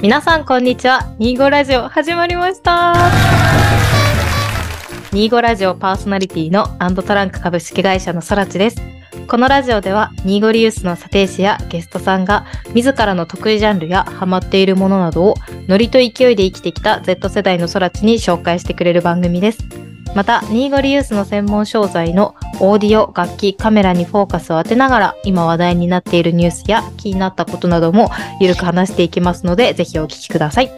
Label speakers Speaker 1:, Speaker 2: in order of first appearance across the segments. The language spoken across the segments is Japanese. Speaker 1: 皆さんこんにちは25ラジオ始まりました25ラジオパーソナリティのアンドトランク株式会社のそらちですこのラジオでは25リユースの査定士やゲストさんが自らの得意ジャンルやハマっているものなどをノリと勢いで生きてきた Z 世代のそらちに紹介してくれる番組ですまた25リユースの専門商材のオーディオ楽器カメラにフォーカスを当てながら今話題になっているニュースや気になったことなどもゆるく話していきますのでぜひお聞きください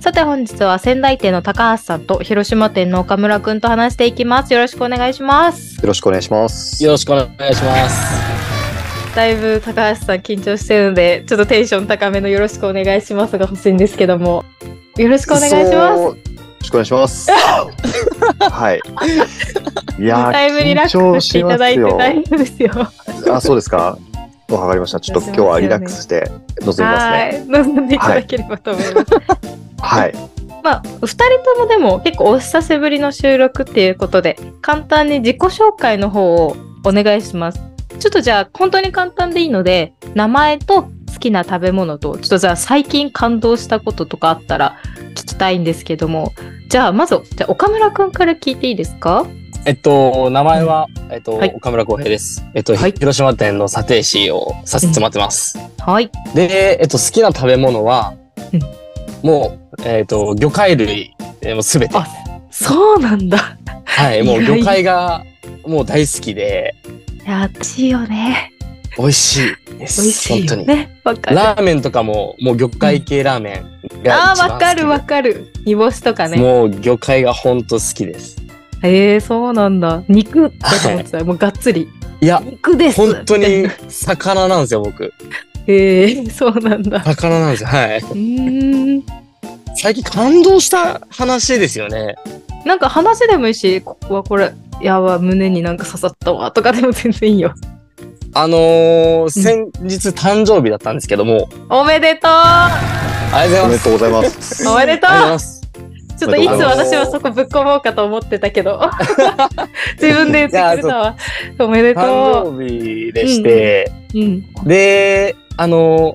Speaker 1: さて本日は仙台店の高橋さんと広島店の岡村くんと話していきますよろしくお願いします
Speaker 2: よろしくお願いします。
Speaker 3: よろしくお願いします。
Speaker 1: だいぶ高橋さん緊張してるのでちょっとテンション高めのよろしくお願いしますが欲しいんですけどもよろしくお願いします
Speaker 2: そうよろしくお願い します。はい。いやー、
Speaker 1: だいぶリラックスしていただいて大
Speaker 2: 緊
Speaker 1: 丈夫ですよ
Speaker 2: 張しますよあ、そうですか。わかりました。ちょっと今日はリラックスして臨みます
Speaker 1: は
Speaker 2: ね。
Speaker 1: い望んでいただければと思います、
Speaker 2: はい。
Speaker 1: まあ、2人ともでも結構お久しぶりの収録っていうことで簡単に自己紹介の方をお願いしますちょっとじゃあ本当に簡単でいいので名前と好きな食べ物とちょっとじゃあ最近感動したこととかあったら聞きたいんですけどもじゃあまずじゃあ岡村くんから聞いていいですか
Speaker 3: えっと、名前は、えっと、
Speaker 1: はい
Speaker 3: 岡村浩平です。えっと、
Speaker 1: はい
Speaker 3: 広島店の査定士をさせてもらってます。
Speaker 1: はい
Speaker 3: で、えっと、好きな食べ物は、
Speaker 1: うん
Speaker 3: もう、えっと、魚介類、えーもうすべて。
Speaker 1: あそうなんだ
Speaker 3: はい、もう
Speaker 1: 意外
Speaker 3: 魚介が、もう大好きで、
Speaker 1: いや熱いよね
Speaker 3: 美味しいです。
Speaker 1: 美味しいよ
Speaker 3: 本当に。
Speaker 1: ねわかる
Speaker 3: ラーメンとかも、もう魚介系ラーメンが
Speaker 1: あ
Speaker 3: 一
Speaker 1: ーわ
Speaker 3: 番好きで。
Speaker 1: かるわかる煮干しとかね
Speaker 3: もう魚介が本当好きです。
Speaker 1: えー、そうなんだ。肉だと思ってた。もうがっつり。
Speaker 3: いや、
Speaker 1: 肉です。
Speaker 3: 本当
Speaker 1: み
Speaker 3: に魚なんですよ、僕。
Speaker 1: たいな。えー、そうなんだ。
Speaker 3: 魚なんですよ。はい。
Speaker 1: うーん。
Speaker 3: 最近感動した話ですよね。
Speaker 1: なんか話でもいいし、ここはこれ、やば、胸になんか刺さったわとかでも全然いいよ。
Speaker 3: あのー、先日誕生日だったんですけども、
Speaker 1: おめでとう
Speaker 3: ありがと
Speaker 2: お
Speaker 3: うござい
Speaker 2: め
Speaker 3: ま。
Speaker 2: ですとうござ
Speaker 1: おめ
Speaker 2: います。
Speaker 1: でと
Speaker 3: ありがとうございうます。
Speaker 1: ちょっといつ
Speaker 3: あのー
Speaker 1: 私はそこぶっ込もうかと思ってたけど。 自分で言ってくれたわ。おめでと
Speaker 3: 誕生日でして、
Speaker 1: う。うん。
Speaker 3: で、あのー、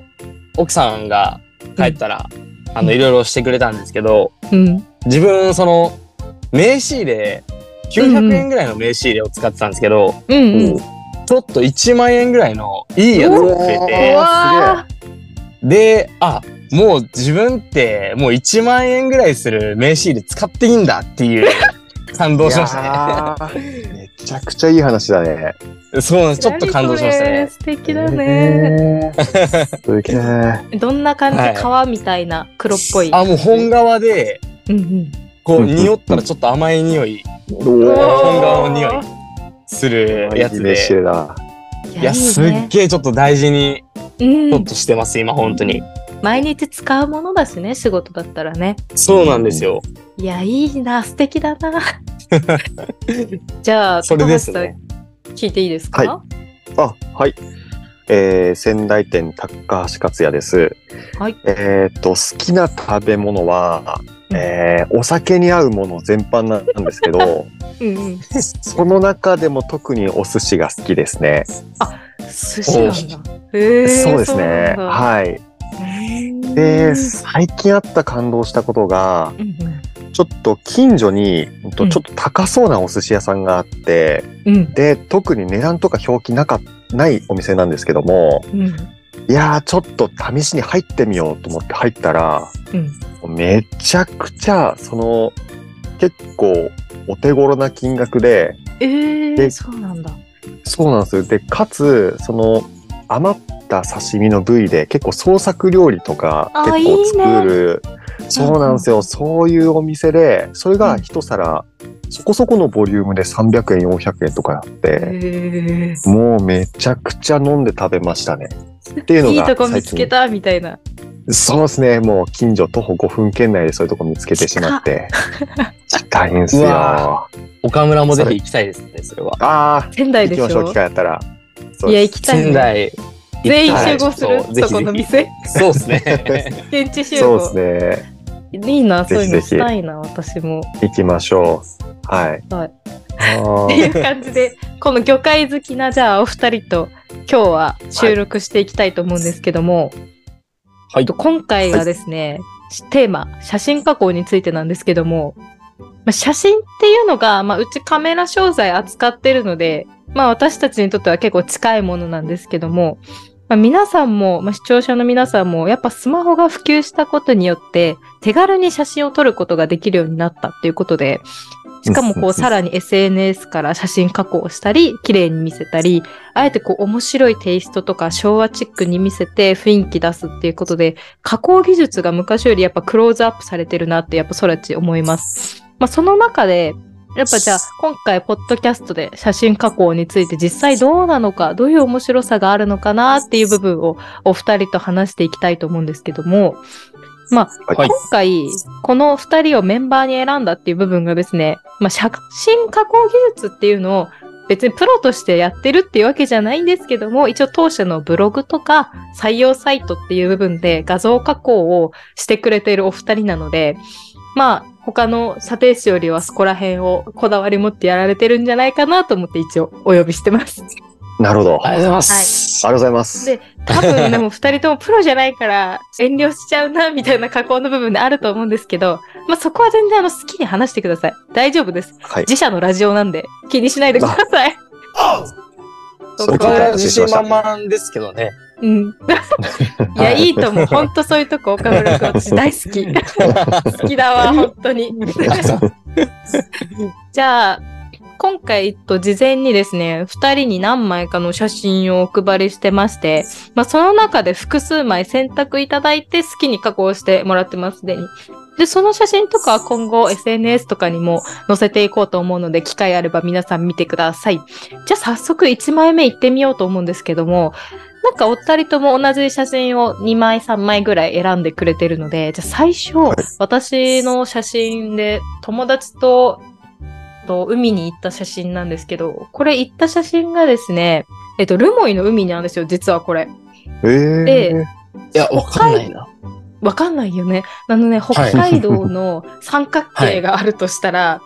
Speaker 3: 奥さんが帰ったら、あの、いろいろしてくれたんですけど、
Speaker 1: うん。
Speaker 3: 自分、その、名刺入れ、900円ぐらいの名刺入れを使ってたんですけど、
Speaker 1: うんうん。
Speaker 3: ちょっと1万円ぐらいのいいやつをくれ
Speaker 2: う
Speaker 3: て、
Speaker 1: わ
Speaker 3: で、あ、もう自分ってもう1万円ぐらいする名刺入れ使っていいんだって いう感動しました
Speaker 2: いやーめちゃくちゃいい話だね。
Speaker 3: ね。そうなん
Speaker 1: ー
Speaker 3: です。ちょっと感動しました
Speaker 1: 何
Speaker 3: ね。
Speaker 1: それ素敵だね。
Speaker 2: すげ え。
Speaker 1: どんな感じ、
Speaker 3: は
Speaker 1: 皮みたいな黒っぽい。
Speaker 3: あ、もう本側で、
Speaker 1: うんうん。
Speaker 3: こ
Speaker 2: う
Speaker 3: う、
Speaker 2: んうん
Speaker 3: 匂ったらちょっと甘い匂い
Speaker 2: お
Speaker 3: 本
Speaker 2: ー
Speaker 3: 顔の匂いするや
Speaker 2: い
Speaker 3: つ
Speaker 2: い飯
Speaker 3: で。
Speaker 2: だ。
Speaker 3: いや、すっげえちょっと大事に、
Speaker 1: うん
Speaker 3: ちょっとしてます、今、本当に。
Speaker 1: 毎日使うものだしね仕事だったらね
Speaker 3: そうなんですよ。
Speaker 1: いやいいな素敵だ なじゃあ
Speaker 3: それですね
Speaker 1: 高橋さん聞いていいですか、
Speaker 2: はあ、はい。えー、仙台店高橋克也です。
Speaker 1: はい。
Speaker 2: えーっと、好きな食べ物は、
Speaker 1: うん
Speaker 2: えーお酒に合うもの全般なんです けど、
Speaker 1: うんうん、
Speaker 2: その中でも特にお寿司が好きですね。
Speaker 1: 寿司なんだへえ
Speaker 2: そうですね。はい。
Speaker 1: い
Speaker 2: で、最近あった感動したことが、ちょっと近所に、う
Speaker 1: う
Speaker 2: んと
Speaker 1: ん
Speaker 2: ちょっと高そうなお寿司屋さんがあって、
Speaker 1: うん
Speaker 2: で、特に値段とか表記なかないお店なんですけども、
Speaker 1: うんうん
Speaker 2: いやー、ちょっと試しに入ってみようと思って入ったら、
Speaker 1: うん
Speaker 2: めちゃくちゃ、その、結構お手頃な金額で、
Speaker 1: えー、
Speaker 2: で
Speaker 1: そうなんだ
Speaker 2: そうなんですよ。で、かつ、その、余った刺身の部位で結構創作料理とか
Speaker 1: あ
Speaker 2: 結構作る。そうなんです
Speaker 1: う
Speaker 2: よ。そういうお店で、それが一皿、そこそこのボリュームで300円、400円とかあっ
Speaker 1: へ
Speaker 2: て、
Speaker 1: え
Speaker 2: もうめちゃくちゃ飲んで食べましたね。っていうのが
Speaker 1: いいとこ見つけたみたいな
Speaker 2: そうですね。もう近所徒歩5分圏内でそういうとこ見つけてしまって。近いんす
Speaker 3: う
Speaker 2: よ。あ
Speaker 3: わ岡村もぜひ行きたいですね、それは。
Speaker 2: あ
Speaker 1: 仙台
Speaker 2: ー、行
Speaker 1: で
Speaker 2: き
Speaker 1: し
Speaker 2: ましょう、機
Speaker 1: ょ
Speaker 2: 会あったら。そう
Speaker 1: いや
Speaker 2: で
Speaker 1: 行
Speaker 2: す
Speaker 1: きたい、
Speaker 3: 仙
Speaker 1: ね、
Speaker 3: 台。
Speaker 1: 全員
Speaker 3: 行きた
Speaker 1: 集
Speaker 3: い
Speaker 1: 合する
Speaker 3: そうぜひぜひ
Speaker 1: そこの店
Speaker 3: そうです ね。
Speaker 1: 現地集
Speaker 2: そ
Speaker 1: 合
Speaker 2: うですね。
Speaker 1: いいな、
Speaker 2: ぜ
Speaker 1: そうい
Speaker 2: ひ
Speaker 1: うの
Speaker 2: ぜひ
Speaker 1: したいな、私も。
Speaker 2: 行きましょう。はい。
Speaker 1: はい
Speaker 2: あ
Speaker 1: って
Speaker 2: ー
Speaker 1: いう感じで、この魚介好きな、じゃあ、お二人と今日は収録していきたいと思うんですけども、
Speaker 3: はい
Speaker 1: と。今回がですね、テーマ、写真加工についてなんですけども、まあ、写真っていうのが、まあ、うちカメラ商材扱ってるので、まあ、私たちにとっては結構近いものなんですけども、まあ、皆さんも、まあ、視聴者の皆さんも、やっぱスマホが普及したことによって、手軽に写真を撮ることができるようになったっていうことで、しかも
Speaker 2: うんう
Speaker 1: こ
Speaker 2: んう
Speaker 1: う、
Speaker 2: ん
Speaker 1: さらに SNS から写真加工をしたり、綺麗に見せたり、あえてこう、面白いテイストとか昭和チックに見せて雰囲気出すっていうことで、加工技術が昔よりやっぱクローズアップされてるなってやっぱ空知思います。まあその中で、やっぱじゃあ今回ポッドキャストで写真加工について実際どうなのか、どういう面白さがあるのかなっていう部分をお二人と話していきたいと思うんですけども、まあ
Speaker 2: はい。
Speaker 1: 今回、この二人をメンバーに選んだっていう部分がですね、まあ、写真加工技術っていうのを別にプロとしてやってるっていうわけじゃないんですけども、一応当社のブログとか採用サイトっていう部分で画像加工をしてくれているお二人なので、まあ、他の査定士よりはそこら辺をこだわり持ってやられてるんじゃないかなと思って一応お呼びしてます。
Speaker 2: なるほど。あ
Speaker 3: ありがとうございます。
Speaker 2: りがとうございます。
Speaker 1: で、多分でも二人ともプロじゃないから遠慮しちゃうな、みたいな加工の部分であると思うんですけど、まあ、そこは全然あの好きに話してください。大丈夫です。
Speaker 2: はい。
Speaker 1: 自社のラジオなんで気にしないでください。
Speaker 2: それ
Speaker 3: 僕
Speaker 2: 聞いた
Speaker 3: は
Speaker 2: ら
Speaker 3: 自
Speaker 2: 失礼
Speaker 3: 信
Speaker 2: しま
Speaker 3: 満
Speaker 2: し
Speaker 3: 々ですけどね。
Speaker 1: うん。いや、いいと思う。ほんとそういうとこ、岡村君、私大好き。好きだわ、本当に。じゃあ、今回、えっと、事前にですね、二人に何枚かの写真をお配りしてまして、まあ、その中で複数枚選択いただいて好きに加工してもらってます、すでに。で、その写真とかは今後 SNS とかにも載せていこうと思うので、機会あれば皆さん見てください。じゃあ早速1枚目行ってみようと思うんですけども、なんかお二人とも同じ写真を2枚3枚ぐらい選んでくれてるので、じゃあ最初、私の写真で友達とと海に行った写真なんですけど、これ行った写真がですね、えっと、ルモイの海にあるんですよ、実はこれ。
Speaker 2: え
Speaker 1: で
Speaker 2: ー、
Speaker 3: いや、わかんないな。
Speaker 1: わかんないよね。あのね、北海道の三角形があるとしたら、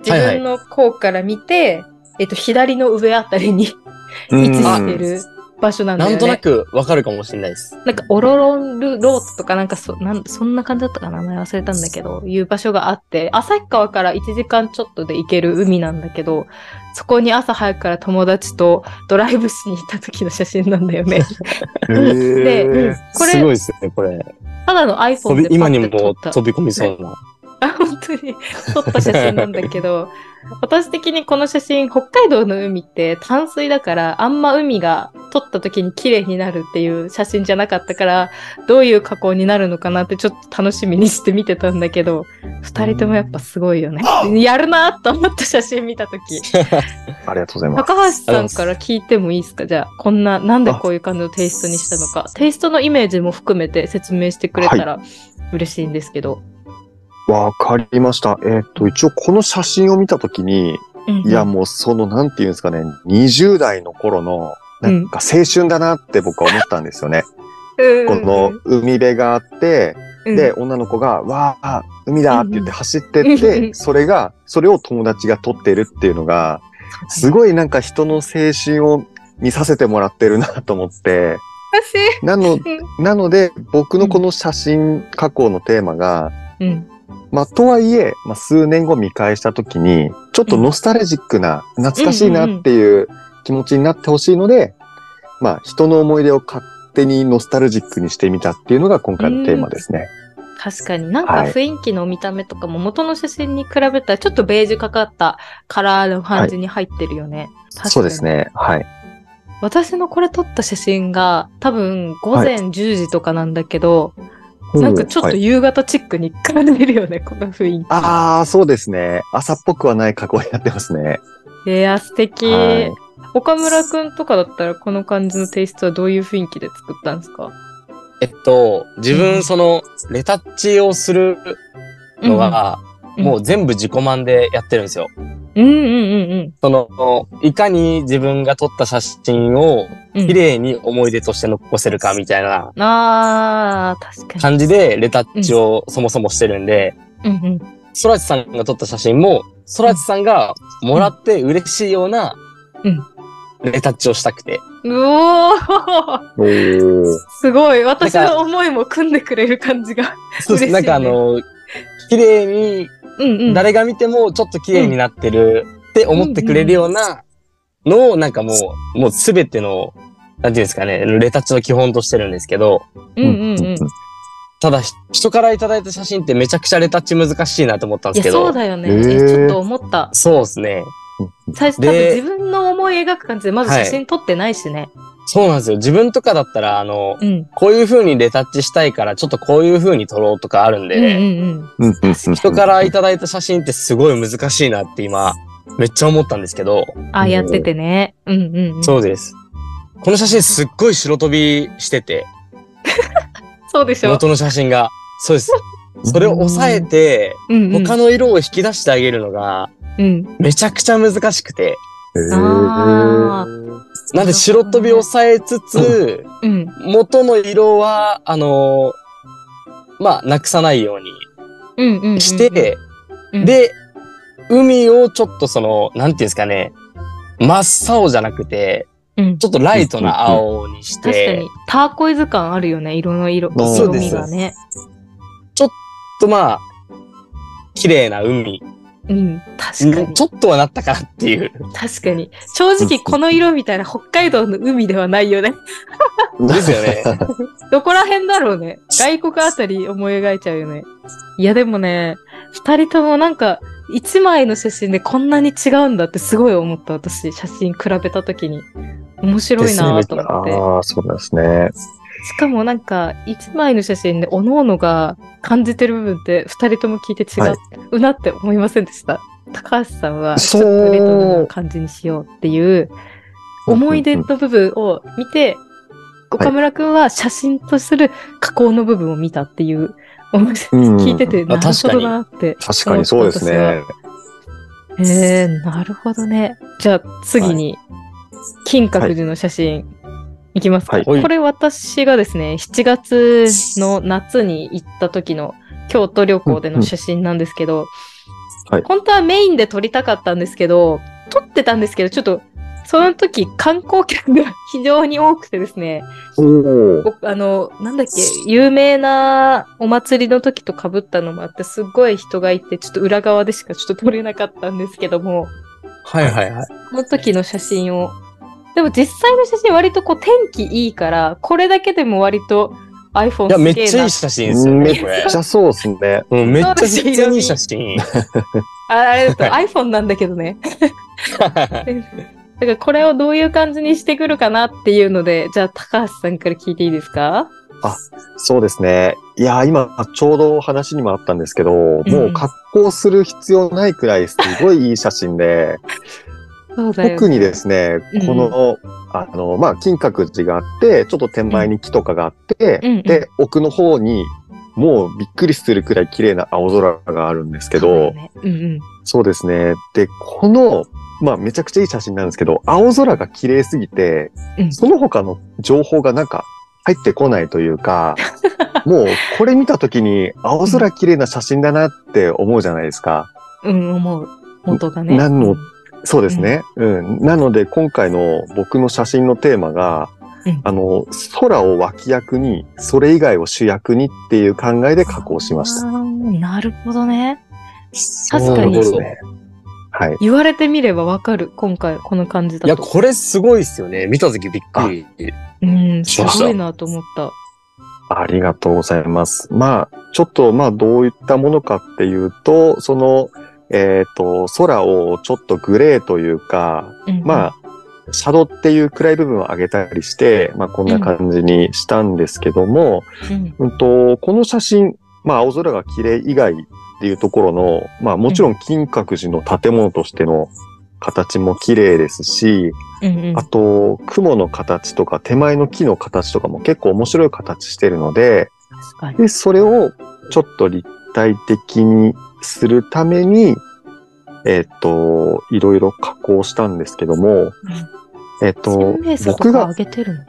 Speaker 1: 自
Speaker 3: はいはい
Speaker 1: 分の甲から見て、えっと、左の上あたりに 位
Speaker 2: うん
Speaker 1: 置してる場所なんだ
Speaker 3: な
Speaker 1: よね。
Speaker 3: んとなくわかるかもしれないです。
Speaker 1: なんか、オロロンルロートとか、なんかそ、なん、そんな感じだったかな名前忘れたんだけど、いう場所があって、旭川から1時間ちょっとで行ける海なんだけど、そこに朝早くから友達とドライブしに行った時の写真なんだよね。
Speaker 2: え
Speaker 1: で、
Speaker 2: ー
Speaker 1: こ
Speaker 3: すごい
Speaker 1: れ、
Speaker 3: ですね、これ。
Speaker 1: ただの
Speaker 3: 飛
Speaker 1: iPhone
Speaker 3: び
Speaker 1: でパ
Speaker 3: 今
Speaker 1: ッ
Speaker 3: に
Speaker 1: て
Speaker 3: も
Speaker 1: 撮った
Speaker 3: 飛び込みそうな。
Speaker 1: あ、 本当に撮った写真なんだけ ど、私的にこの写真、北海道の海って淡水だから、あんま海が撮った時に綺麗になるっていう写真じゃなかったから、どういう加工になるのかなってちょっと楽しみにして見てたんだけど、二人ともやっぱすごいよね。やるなと思った写真見た時。
Speaker 2: ありがとうございます。
Speaker 1: 高橋さんから聞いてもいいですかじゃあ、こんな、なんでこういう感じのテイストにしたのか、テイストのイメージも含めて説明してくれたら嬉しいんですけど。
Speaker 2: わかりました。えーっと、一応この写真を見たときに、
Speaker 1: うん
Speaker 2: いや、もうその、なんていうんですかね、20代の頃の、なんか青春だなって僕は思ったんですよね。
Speaker 1: うん
Speaker 2: この海辺があって、
Speaker 1: うん
Speaker 2: で、女の子が、わあ、海だって言って走ってっ
Speaker 1: うんう
Speaker 2: て、
Speaker 1: ん
Speaker 2: それが、それを友達が撮ってるっていうのが、すごいなんか人の青春を見させてもらってるなと思って、
Speaker 1: 私
Speaker 2: なの
Speaker 1: う、
Speaker 2: なので、僕のこの写真加工のテーマが、
Speaker 1: うん。
Speaker 2: まあ、とはいえ、まあ、数年後見返した時に、ちょっとノスタルジックな、懐かしいなっていう気持ちになってほしいので、まあ、人の思い出を勝手にノスタルジックにしてみたっていうのが今回のテーマですね。
Speaker 1: 確かになんか
Speaker 2: はい
Speaker 1: 雰囲気の見た目とかも元の写真に比べたらちょっとベージュかかったカラーの感じに入ってるよね。確かに
Speaker 2: そうです。ね。はい。
Speaker 1: 私のこれ撮った写真が多分午前10時とかなんだけど、なんかちょっ
Speaker 2: は
Speaker 1: と
Speaker 2: い
Speaker 1: 夕方チックに感じるよね、この雰囲
Speaker 2: ああ、そうですね。朝っぽくはない加工になってますね。
Speaker 1: 気。いや、素敵。
Speaker 2: はい
Speaker 1: 岡村くんとかだったらこの感じのテイストはどういう雰囲気で作ったんですか
Speaker 3: えっと、自分、その、レタッチをするのが、
Speaker 1: うん
Speaker 3: もう全部自己満でやってるんですよ。
Speaker 1: うんうんうん
Speaker 3: その、いかに自分が撮った写真を
Speaker 1: うん。
Speaker 3: 綺麗に思い出として残せるかみたいな
Speaker 1: あー、確か
Speaker 3: 感じでレタッチをそもそもしてるんで、
Speaker 1: に。うんうん。
Speaker 3: ソラチさんが撮った写真も、ソラチさんがもらって嬉しいような
Speaker 1: うん、
Speaker 3: レタッチをしたくて。
Speaker 1: うおー
Speaker 2: おー。
Speaker 1: すごい私の思いも組んでくれる感じが。
Speaker 3: そう
Speaker 1: 嬉し
Speaker 3: です
Speaker 1: いね
Speaker 3: なんかあの、綺麗
Speaker 1: うんう
Speaker 3: に、
Speaker 1: ん。
Speaker 3: 誰が見てもちょっと綺麗になってるって思ってくれるようなのを、なんかもう、もうすべての、なんていうんですかね、レタッチの基本としてるんですけど、
Speaker 1: うんうんうん。
Speaker 3: ただ、ひ人からいただいた写真ってめちゃくちゃレタッチ難しいなと思ったん
Speaker 1: い
Speaker 3: です
Speaker 1: や、
Speaker 3: け
Speaker 1: そう
Speaker 3: ど。
Speaker 1: だよね。
Speaker 2: へー
Speaker 1: えちょっと思った。
Speaker 3: そうですね。
Speaker 1: 最初、多分
Speaker 3: で
Speaker 1: 自分の思い描く感じで、まず写真撮ってないしね。
Speaker 3: そうなんですよ。自分とかだったら、あの、
Speaker 1: うん。
Speaker 3: こういう風にレタッチしたいから、ちょっとこういう風に撮ろうとかあるんで、
Speaker 1: うんうん
Speaker 2: うんうんうんうん
Speaker 3: 人からいただいた写真ってすごい難しいなって今、めっちゃ思ったんですけど、
Speaker 1: うん。ああやっててね。うんうんうん。
Speaker 3: そうです。この写真すっごい白飛びしてて、
Speaker 1: そうでしょ。
Speaker 3: 元の写真が。そ うです。それを抑えて、
Speaker 1: うんうん。
Speaker 3: 他の色を引き出してあげるのが、
Speaker 1: うん。
Speaker 3: めちゃくちゃ難しくて、
Speaker 2: へー
Speaker 1: あ
Speaker 3: なんで白飛びを抑えつつ、
Speaker 1: うん。
Speaker 3: 元の色は、あのまあ、なくさないように
Speaker 1: うんうんうん。
Speaker 3: して、、で、海をちょっとその、なんていうんですかね、真っ青じゃなくて、
Speaker 1: うん。
Speaker 3: ちょっとライトな青にし
Speaker 1: 確か
Speaker 3: て
Speaker 1: に、、ターコイズ感あるよね、色の色、
Speaker 2: そう
Speaker 3: です
Speaker 1: 色味がね。
Speaker 3: とまあ、綺麗な海
Speaker 1: うん、確か
Speaker 3: に
Speaker 1: に
Speaker 3: ち。ょっとはなったかなっていう。
Speaker 1: 確かに。正直、この色みたいな北海道の海ではないよね。
Speaker 3: ですよね。
Speaker 1: どこら辺だろうね。外国あたり思い描いちゃうよね。いや、でもね、二人ともなんか、一枚の写真でこんなに違うんだってすごい思った、私。写真比べたときに。面白いなぁと思って。
Speaker 2: ああ、そうなんですね。
Speaker 1: しかもなんか、一枚の写真で、各々が感じてる部分って、二人とも聞いて違
Speaker 2: はいう
Speaker 1: なって思いませんでした。高橋さんは、ち
Speaker 2: そ
Speaker 1: ょ
Speaker 2: う
Speaker 1: っとレトロな感じにしようっていう、思い出の部分を見て、岡村くんは写真とする加工の部分を見たっていう、
Speaker 2: うん
Speaker 1: 聞いてて、な
Speaker 3: あ
Speaker 1: るほどなって。
Speaker 2: 確かにそうですね。
Speaker 1: えー、なるほどね。じゃあ次に、金閣寺の写真、いきますか、
Speaker 2: はい
Speaker 1: これ私がですね、7月の夏に行った時の京都旅行での写真なんですけど、
Speaker 2: はい
Speaker 1: 本当はメインで撮りたかったんですけど、撮ってたんですけど、ちょっと、その時観光客が非常に多くてですね、
Speaker 2: おお。
Speaker 1: 僕あの、なんだっけ、有名なお祭りの時と被ったのもあって、すっごい人がいて、ちょっと裏側でしかちょっと撮れなかったんですけども、
Speaker 3: はいはいはい。
Speaker 1: この時の写真を。でも実際の写真割とこう天気いいから、これだけでも割と iPhone
Speaker 3: いや、めっ
Speaker 1: すげえ
Speaker 3: ちゃい
Speaker 1: ない
Speaker 3: 写真ですよ
Speaker 2: め
Speaker 3: ね、
Speaker 2: っ
Speaker 3: これ。
Speaker 2: ちゃそうですね。
Speaker 3: うん、めっちゃ普通にいい写真。
Speaker 1: ああれだと iPhone なんだけどね。だからこれをどういう感じにしてくるかなっていうので、じゃあ高橋さんから聞いていいですか
Speaker 2: そうですね。いやー、今、ちょうど話にもあったんですけど、も
Speaker 1: ん
Speaker 2: う格好する必要ないくらいすごいいい写真で、
Speaker 1: そう だよ。
Speaker 2: 特にですね
Speaker 1: うん、
Speaker 2: この、あの、まあ、金閣寺があって、ちょっと手前に木とかがあって、
Speaker 1: うんうん
Speaker 2: で、奥の方に、もうびっくりするくらい綺麗な青空があるんですけ
Speaker 1: そうだ
Speaker 2: ど
Speaker 1: よ、ねうんうん。
Speaker 2: そうですね。で、この、まあ、めちゃくちゃいい写真なんですけど、青空が綺麗すぎて、
Speaker 1: うん
Speaker 2: その他の情報がなんか入ってこないという か、もうこれ見た時に青空綺麗な写真だなって思うじゃないですか。
Speaker 1: うん、思う。元がね。
Speaker 2: なのそうですね。うん。なので、今回の僕の写真のテーマが、
Speaker 1: うん
Speaker 2: あの、空を脇役に、それ以外を主役にっていう考えで加工しました。
Speaker 1: あーなるほどね。確
Speaker 2: そう
Speaker 1: かに
Speaker 2: ですね。はい。
Speaker 1: 言われてみればわかる。今回、この感じだ
Speaker 3: い
Speaker 1: と。
Speaker 3: や、これすごいっすよね。見たときびっくり。
Speaker 1: うん、す
Speaker 3: しました
Speaker 1: ごいなと思った。
Speaker 2: ありがとうございます。まあ、ちょっと、まあ、どういったものかっていうと、その、えっ、と、空をちょっとグレーというか、
Speaker 1: うん、
Speaker 2: まあ、シャドウっていう暗い部分を上げたりして、まあ、こんな感じにしたんですけども、
Speaker 1: うん、
Speaker 2: うんと、この写真、まあ、青空が綺麗以外っていうところの、まあ、もちろん金閣寺の建物としての形も綺麗ですし、
Speaker 1: うん、うん。
Speaker 2: あと、雲の形とか手前の木の形とかも結構面白い形してるので、
Speaker 1: 確かに。
Speaker 2: で、それをちょっと立体的にするために、えっ、と、いろいろ加工したんですけども、えっ、と
Speaker 1: 鮮明、さとか
Speaker 2: 僕が
Speaker 1: 上、げてるの。うん。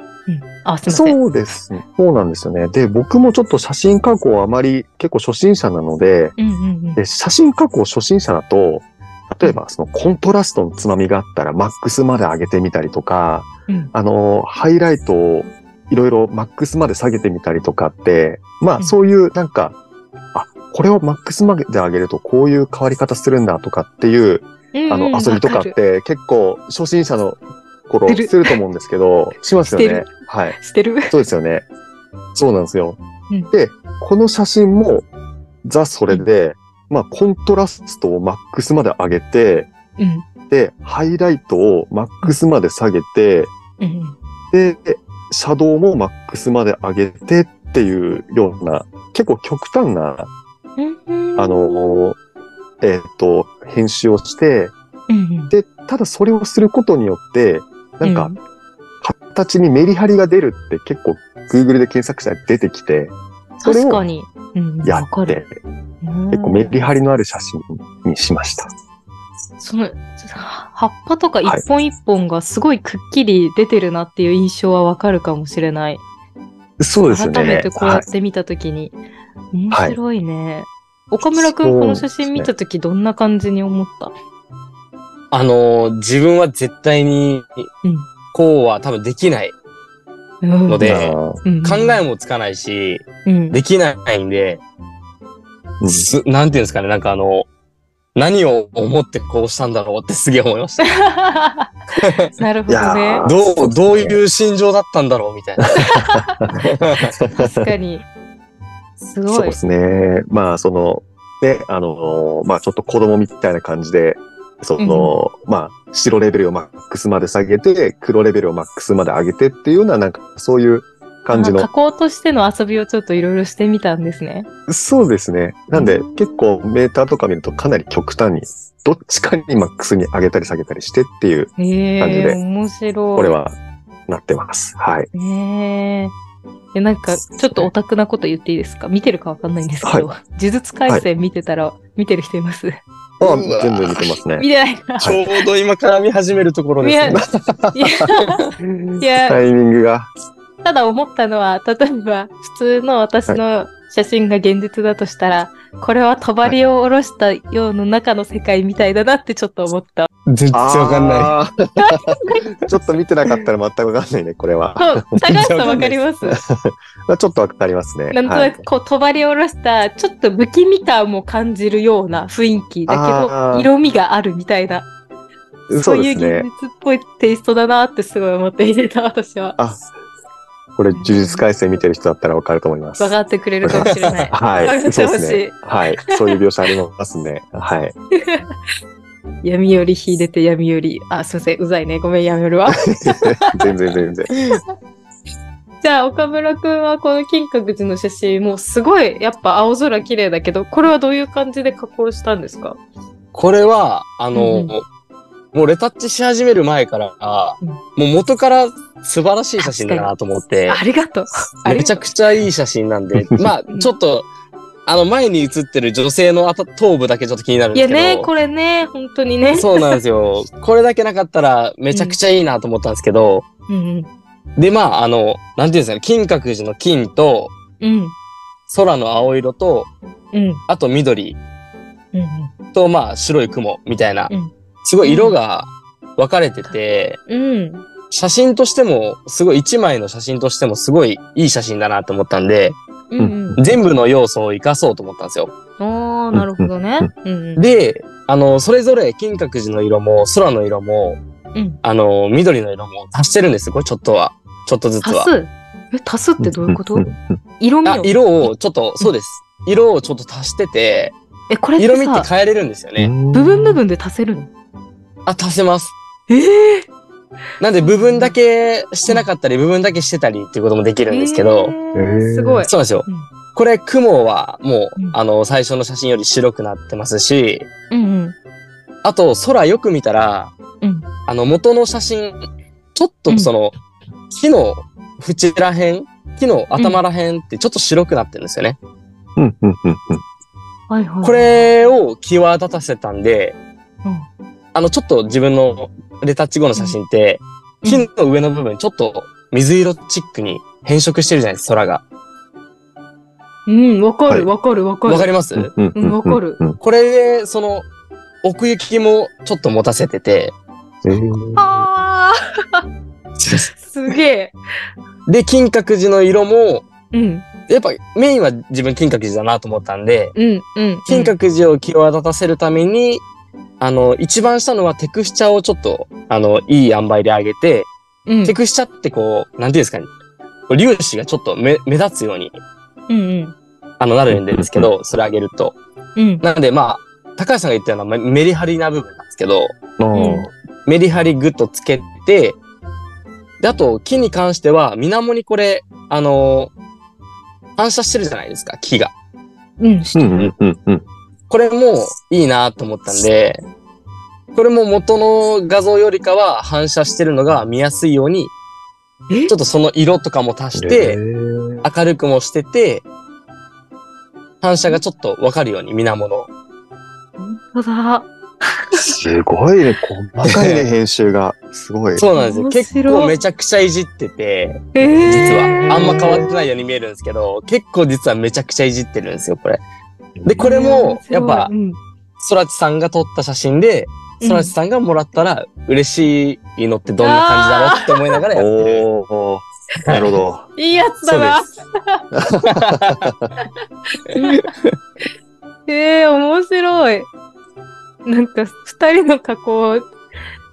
Speaker 1: あ、すみません。
Speaker 2: そうです。そうなんですよね。で、僕もちょっと写真加工あまり結構初心者なので、
Speaker 1: うんうんうん。
Speaker 2: で写真加工初心者だと、例えばそのコントラストのつまみがあったらマックスまで上げてみたりとか、
Speaker 1: うん
Speaker 2: あの、ハイライトをいろいろマックスまで下げてみたりとかって、ま
Speaker 1: うん
Speaker 2: あそういうなんか、あ、これをマックスまで上げるとこういう変わり方するんだとかっていう、あの、遊びとかっ
Speaker 1: わる
Speaker 2: て結構初心者の頃
Speaker 1: してる
Speaker 2: すると思うんですけど、しますよ
Speaker 1: して
Speaker 2: ね
Speaker 1: る。
Speaker 2: はい。
Speaker 1: してる。
Speaker 2: そうですよね。そうなんですよ。
Speaker 1: うん
Speaker 2: で、この写真もザそれで、まあコントラストをマックスまで上げて、
Speaker 1: うん。
Speaker 2: で、ハイライトをマックスまで下げて、
Speaker 1: うん。
Speaker 2: で、シャドウもマックスまで上げてっていうような、結構極端な、
Speaker 1: うん
Speaker 2: あ、のーえっ、と、編集をして、
Speaker 1: うんうん、
Speaker 2: で、ただそれをすることによって、なん
Speaker 1: う
Speaker 2: か、形にメリハリが出るって結構 Google で検索したら出てきて、それ
Speaker 1: 確
Speaker 2: を
Speaker 1: かに。うん、
Speaker 2: や
Speaker 1: わか
Speaker 2: って
Speaker 1: る。、うん
Speaker 2: 結構メリハリのある写真にしました。
Speaker 1: その、葉っぱとか一本一本がすごいくっきり出てるなっていう印象はわかるかもしれない。
Speaker 2: そうですよね。
Speaker 1: 改めてこうや
Speaker 2: は
Speaker 1: っ
Speaker 2: い、
Speaker 1: て見たときに、面
Speaker 2: はい
Speaker 1: 白いね。岡村くん、
Speaker 2: そう
Speaker 1: こ
Speaker 2: なん
Speaker 1: の
Speaker 2: です
Speaker 1: 写
Speaker 2: ね
Speaker 1: 真見たときどんな感じに思った
Speaker 3: あのー自分は絶対に、こうは多分できない。
Speaker 1: うん
Speaker 3: ので
Speaker 2: あー
Speaker 1: うん
Speaker 3: 考えもつかないし、
Speaker 1: うん
Speaker 3: できないんで、
Speaker 2: うん
Speaker 3: すなんていうんですかね、なんかあの、何を思ってこうしたんだろうってすげえ思い ました。
Speaker 1: なるほ
Speaker 2: い
Speaker 1: どね
Speaker 2: や。ー
Speaker 3: ど
Speaker 2: そう
Speaker 3: う、
Speaker 2: ですね
Speaker 3: どういう心情だったんだろう みたいな。
Speaker 1: 確かに。す
Speaker 2: そう
Speaker 1: ごい
Speaker 2: で。すね。まあ、その、で、あのー、まあ、ちょっと子供みたいな感じで、その、まあ、白レベルをマックスまで下げて、黒レベルをマックスまで上げてっていうような、なんか、そういう感じの
Speaker 1: あ加工としての遊びをちょっといろいろしてみたんですね。
Speaker 2: そうですね。なんで、
Speaker 1: うん
Speaker 2: 結構メーターとか見るとかなり極端に、どっちかにマックスに上げたり下げたりしてっていう、
Speaker 1: え
Speaker 2: 感じ
Speaker 1: え
Speaker 2: で
Speaker 1: 面白い。
Speaker 2: これ。はなってます。はい。
Speaker 1: ねえ。え、なんか、ちょっとオタクなこと言っていいですか見てるかわかんないんですけど、呪術回戦見てたら、見てる人います
Speaker 2: あ
Speaker 3: うわ
Speaker 2: 全部見てますね
Speaker 1: 見。てないか。
Speaker 3: ちょうど今から見始めるところですね。
Speaker 1: いや、いや、
Speaker 2: タイミングが。
Speaker 1: ただ思ったのは、例えば、普通の私の写真が現実だとしたら、これは帳を下ろしたような中の世界みたいだなってちょっと思った。
Speaker 3: 全然
Speaker 2: あー
Speaker 3: わかんない。
Speaker 2: ちょっと見てなかったら全くわかんないね、これは。
Speaker 1: そう高橋さんわかり ます
Speaker 2: まあちょっとわかりますね。
Speaker 1: なんと
Speaker 2: は
Speaker 1: ないくこう、帳下ろした、ちょっと不気味感も感じるような雰囲気だけ
Speaker 2: あ
Speaker 1: ど、
Speaker 2: ー
Speaker 1: 色味があるみたいな、そ
Speaker 2: そうう
Speaker 1: い
Speaker 2: で
Speaker 1: う
Speaker 2: す
Speaker 1: 現
Speaker 2: ね。
Speaker 1: 実っぽいテイストだなってすごい思って見てた、私 は。
Speaker 2: あ、これ、呪術改正見てる人だったらわかると思います。
Speaker 1: 分かってくれるかもしれ ない。
Speaker 2: は
Speaker 1: 分か
Speaker 2: い。
Speaker 1: って
Speaker 2: そう
Speaker 1: ほ
Speaker 2: で
Speaker 1: し
Speaker 2: す
Speaker 1: い。
Speaker 2: ね。はい。そういう描写ありますね。 はい。
Speaker 1: 闇より秀でて闇より、あ、すいません、うざいね。ごめん、やめるわ。
Speaker 2: 全然全然。
Speaker 1: じゃあ、岡村くんはこの金閣寺の写真、もうすごい、やっぱ青空綺麗だけど、これはどういう感じで加工したんですか
Speaker 3: これは、あの、
Speaker 1: うん
Speaker 3: もうレタッチし始める前から、
Speaker 1: うん
Speaker 3: もう元から素晴らしい写真だなと思って、
Speaker 1: ありがとう。あり
Speaker 3: めちゃくちゃいい写真なん で、まあ、ちょっと、あの、前に写ってる女性の頭頭部だけちょっと気になるん
Speaker 1: い
Speaker 3: で
Speaker 1: や
Speaker 3: すけど。
Speaker 1: ね、これね、本当にね。
Speaker 3: そうなんですよ。これだけなかったら、めちゃくちゃいいなと思ったんですけど、
Speaker 1: うんうん。
Speaker 3: で、まあ、あの、なんていうんですかね、金閣寺の金と、
Speaker 1: うん。
Speaker 3: 空の青色と、
Speaker 1: うん。
Speaker 3: あと緑
Speaker 1: うん。
Speaker 3: と、まあ、白い雲みたいな
Speaker 1: うん、
Speaker 3: すごい色が分かれてて、
Speaker 1: うん。
Speaker 3: 写真としても、すごい、一枚の写真としても、すごいいい写真だなと思ったんで、
Speaker 1: うん。
Speaker 3: 全部の要素を活かそうと思ったんですよ。
Speaker 1: うん。ああ、なるほどね。うん。
Speaker 3: で、あの、それぞれ金閣寺の色も、空の色も、
Speaker 1: うん
Speaker 3: あの、緑の色も足してるんですよ、これちょっとは。ちょっとずつ
Speaker 1: 足
Speaker 3: は。
Speaker 1: すえ、足すってどういうこと色味
Speaker 3: あ
Speaker 1: を。
Speaker 3: 色を、ちょっと、そうです。色をちょっと足してて、
Speaker 1: え、これって
Speaker 3: 色味って
Speaker 1: さ、
Speaker 3: 変えれるんですよね。
Speaker 1: 部
Speaker 2: 部
Speaker 1: 分部分で足せるの
Speaker 3: あ、足せます。
Speaker 1: ええ。
Speaker 3: なんで、部分だけしてなかったり、部分だけしてたりっていうこともできるんですけど、
Speaker 1: えーすごい。
Speaker 3: そうなんですよ
Speaker 1: うん。
Speaker 3: これ、雲はもう、
Speaker 1: うん
Speaker 3: あの、最初の写真より白くなってますし、
Speaker 1: うんうん。
Speaker 3: あと、空よく見たら、
Speaker 1: うん
Speaker 3: あの、元の写真、ちょっ
Speaker 1: う
Speaker 3: と
Speaker 1: ん
Speaker 3: その、木の縁らへん、木の頭らへんってちょっと白くなってるんですよね。
Speaker 2: うんうんうんうん。
Speaker 1: はいはい。
Speaker 3: こ、れを際立たせたんで、
Speaker 1: うん。
Speaker 3: あの、ちょっと自分のレタッチ後の写真って、
Speaker 1: うん
Speaker 3: 木の上の部分、ちょっと水色チックに変色してるじゃないですか、空が。
Speaker 1: うん、わか
Speaker 2: はい
Speaker 1: る、わかる、わかる。
Speaker 3: わかります
Speaker 2: うんうんうんうん
Speaker 1: わかる
Speaker 2: うん
Speaker 3: これで、その、奥行きもちょっと持たせ てて、
Speaker 1: あーすげえ。
Speaker 3: で、金閣寺の色も、
Speaker 1: うん、
Speaker 3: やっぱメインは自分金閣寺だなと思ったんで、
Speaker 1: うん、うん。
Speaker 3: 金閣寺を際立たせるために、あの、一番下のはテクスチャーをちょっと、あの、いい塩梅で上げて、
Speaker 1: うん
Speaker 3: テクスチャーってこう、なんていうんですかね、こう粒子がちょっと目目立つように、
Speaker 1: うん、うん。
Speaker 3: あの、なるんですけど、それ上げると。
Speaker 1: うん、
Speaker 3: なので、まあ、高橋さんが言ったようなまメリハリな部分なんですけど、
Speaker 1: うん
Speaker 3: メリハリグッとつけて、で、あと、木に関しては、水面にこれ、あのー反射してるじゃないですか、木が。
Speaker 1: うん、し
Speaker 2: うんうんうんうん。
Speaker 3: これもいいなと思ったんで、これも元の画像よりかは反射してるのが見やすいように、
Speaker 1: え
Speaker 3: ちょっとその色とかも足して、明るくもしてて、反射がちょっとわかるように、水面の。
Speaker 1: そうだ。
Speaker 2: すごいね、細かい ね、編集が。すごい。
Speaker 3: そうなんですよ。
Speaker 1: 面白い
Speaker 3: 結構めちゃくちゃいじってて、
Speaker 1: えー
Speaker 3: 実は。あんま変わってないように見えるんですけど、結構実はめちゃくちゃいじってるんですよ、これ。で、これも、やっぱ
Speaker 1: う、ん
Speaker 3: そらちさんが撮った写真で、
Speaker 1: うん
Speaker 3: そらちさんがもらったら嬉しいのってどんな感じだろうって思いながらやってる。
Speaker 2: おーなるほど。
Speaker 1: いいやつだ
Speaker 3: そうで
Speaker 1: な。
Speaker 3: す。
Speaker 1: えー、面白い。なんか、二人の加工、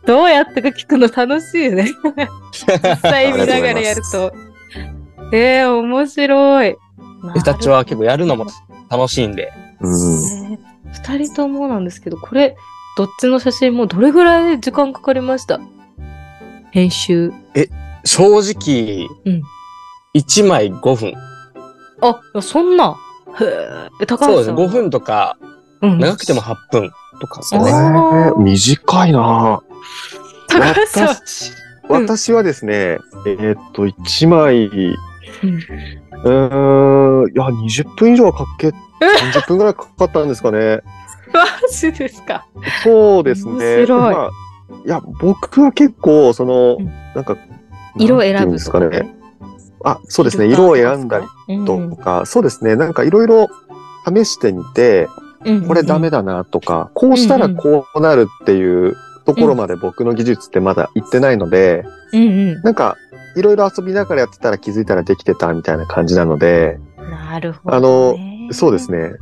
Speaker 1: どうやったか聞くの楽しい ね。実際見ながらやると。えー、面白い。
Speaker 3: レタッチは結構やるのも楽しいんで。
Speaker 2: うん。
Speaker 1: ね二人ともなんですけど、これ、どっちの写真もどれぐらい時間かかりました編集。
Speaker 3: 正直
Speaker 1: うん、
Speaker 3: 1枚5分。
Speaker 1: あ、そんな。へーえ、高
Speaker 3: そうで
Speaker 1: 橋
Speaker 3: す
Speaker 1: さ
Speaker 3: ね、
Speaker 1: ん。
Speaker 3: 5分とか、
Speaker 1: うん
Speaker 3: 長くても8分とかです
Speaker 2: え
Speaker 3: かね。
Speaker 2: ー短いなぁ
Speaker 1: 高橋さん。
Speaker 2: 私、私はですね、えーっと、1枚、う
Speaker 1: うん
Speaker 2: ーん、いや、20分以上はかけ、30分ぐらいかかったんですかね。
Speaker 1: マジですか。
Speaker 2: そうですね。
Speaker 1: 面白い
Speaker 2: まあいや、僕は結構、その、
Speaker 1: うん
Speaker 2: なんか、
Speaker 1: 色を
Speaker 2: なんてい
Speaker 1: 選
Speaker 2: うん
Speaker 1: ぶ
Speaker 2: です
Speaker 1: と
Speaker 2: か
Speaker 1: か
Speaker 2: ね。
Speaker 1: ね。
Speaker 2: あ、そうですね。色を選んだりとか、そうですね。なんかいろいろ試してみて、
Speaker 1: り
Speaker 2: これダメ
Speaker 1: だ。
Speaker 2: だなとか、こうしたらこうなるっていうところまで僕の技術ってまだ行ってないので、
Speaker 1: うんう
Speaker 2: なんか、いろいろ遊びながらやってたら気づいたらできてたみたいな感じなので、
Speaker 1: ん。なるほどね。
Speaker 2: そうですね。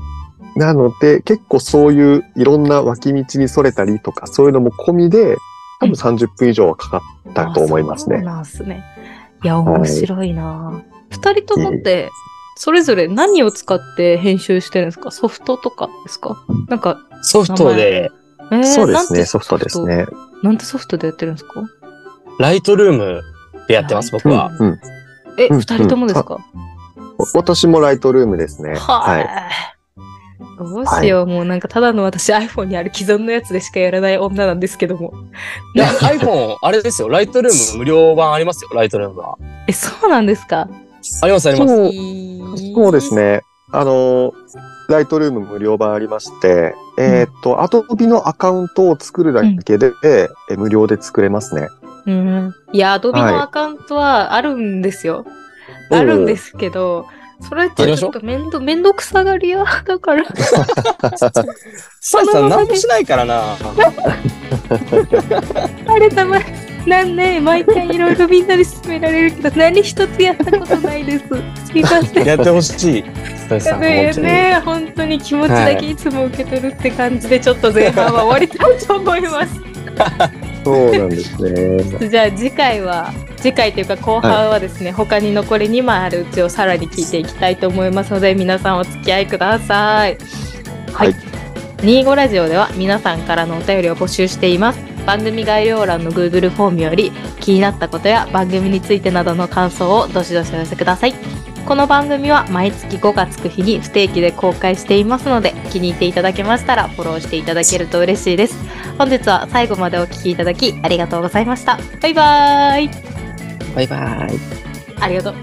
Speaker 2: なので、結構そういういろんな脇道にそれたりとか、そういうのも込みで、多分30分以上はかかったと思います
Speaker 1: あそう
Speaker 2: ね。
Speaker 1: なんすね。いや、面白いな二、人ともって、それぞれ何を使って編集してるんですかソフトとかですかなんか、
Speaker 3: ソフトで、
Speaker 1: えー、
Speaker 2: そうで
Speaker 1: な
Speaker 2: す
Speaker 1: ん
Speaker 2: ね、
Speaker 1: て
Speaker 2: ソフトです。ね。
Speaker 1: なんてソフトでやってるんですか
Speaker 3: ライトルームでやってます、
Speaker 1: ライ
Speaker 3: 僕
Speaker 1: トル
Speaker 2: うん
Speaker 1: ー
Speaker 3: は
Speaker 1: ム。
Speaker 2: うん、
Speaker 1: え、
Speaker 2: う
Speaker 1: 二、
Speaker 2: ん
Speaker 1: 人ともですか、
Speaker 2: 私もライトルームですね。
Speaker 1: は
Speaker 2: はい。
Speaker 1: い。どうしよう、もうなんかただの私 iPhone にある既存のやつでしかやらない女なんですけども。
Speaker 3: いや iPhone、あれですよ、ライトルーム無料版ありますよ、ライトルームは。
Speaker 1: え、そうなんですか
Speaker 3: あります、あります。
Speaker 2: そうそ
Speaker 1: そう
Speaker 2: です。ね。あの、ライトルーム無料版ありまして、えーっと、アトビのアカウントを作るだけで、え無料で作れますね。
Speaker 1: うん。いや、アドビ
Speaker 2: はい
Speaker 1: のアカウントはあるんですよ。
Speaker 2: おう
Speaker 1: あるんですけど、それってちょっと面倒、面倒くさがり屋 だから。
Speaker 3: サイさん、何もしないからな。
Speaker 1: あれたま、なんね、毎回いろいろみんなに勧められるけど、何一つやったことないです。すみません。
Speaker 3: やってほしい。サイさん、本当に。
Speaker 1: ね、本当に気持ちだけいつも受け取るって感じで、ちょっと前半は終わりたいと思います。
Speaker 2: そうなんですね。
Speaker 1: じゃあ次回は次回というか後半はですね、他に残り2枚あるうちをさらに聞いていきたいと思いますので皆さんお付き合いください。はい。
Speaker 2: はい
Speaker 1: 25ラジオでは皆さんからのお便りを募集しています。番組概要欄の Google フォームより気になったことや番組についてなどの感想をどしどしお寄せください。この番組は毎月5がつく日に不定期で公開していますので気に入っていただけましたらフォローしていただけると嬉しいです。本日は最後までお聞きいただきありがとうございました。バイバーイ。
Speaker 3: バイバイ。
Speaker 1: ありがとう。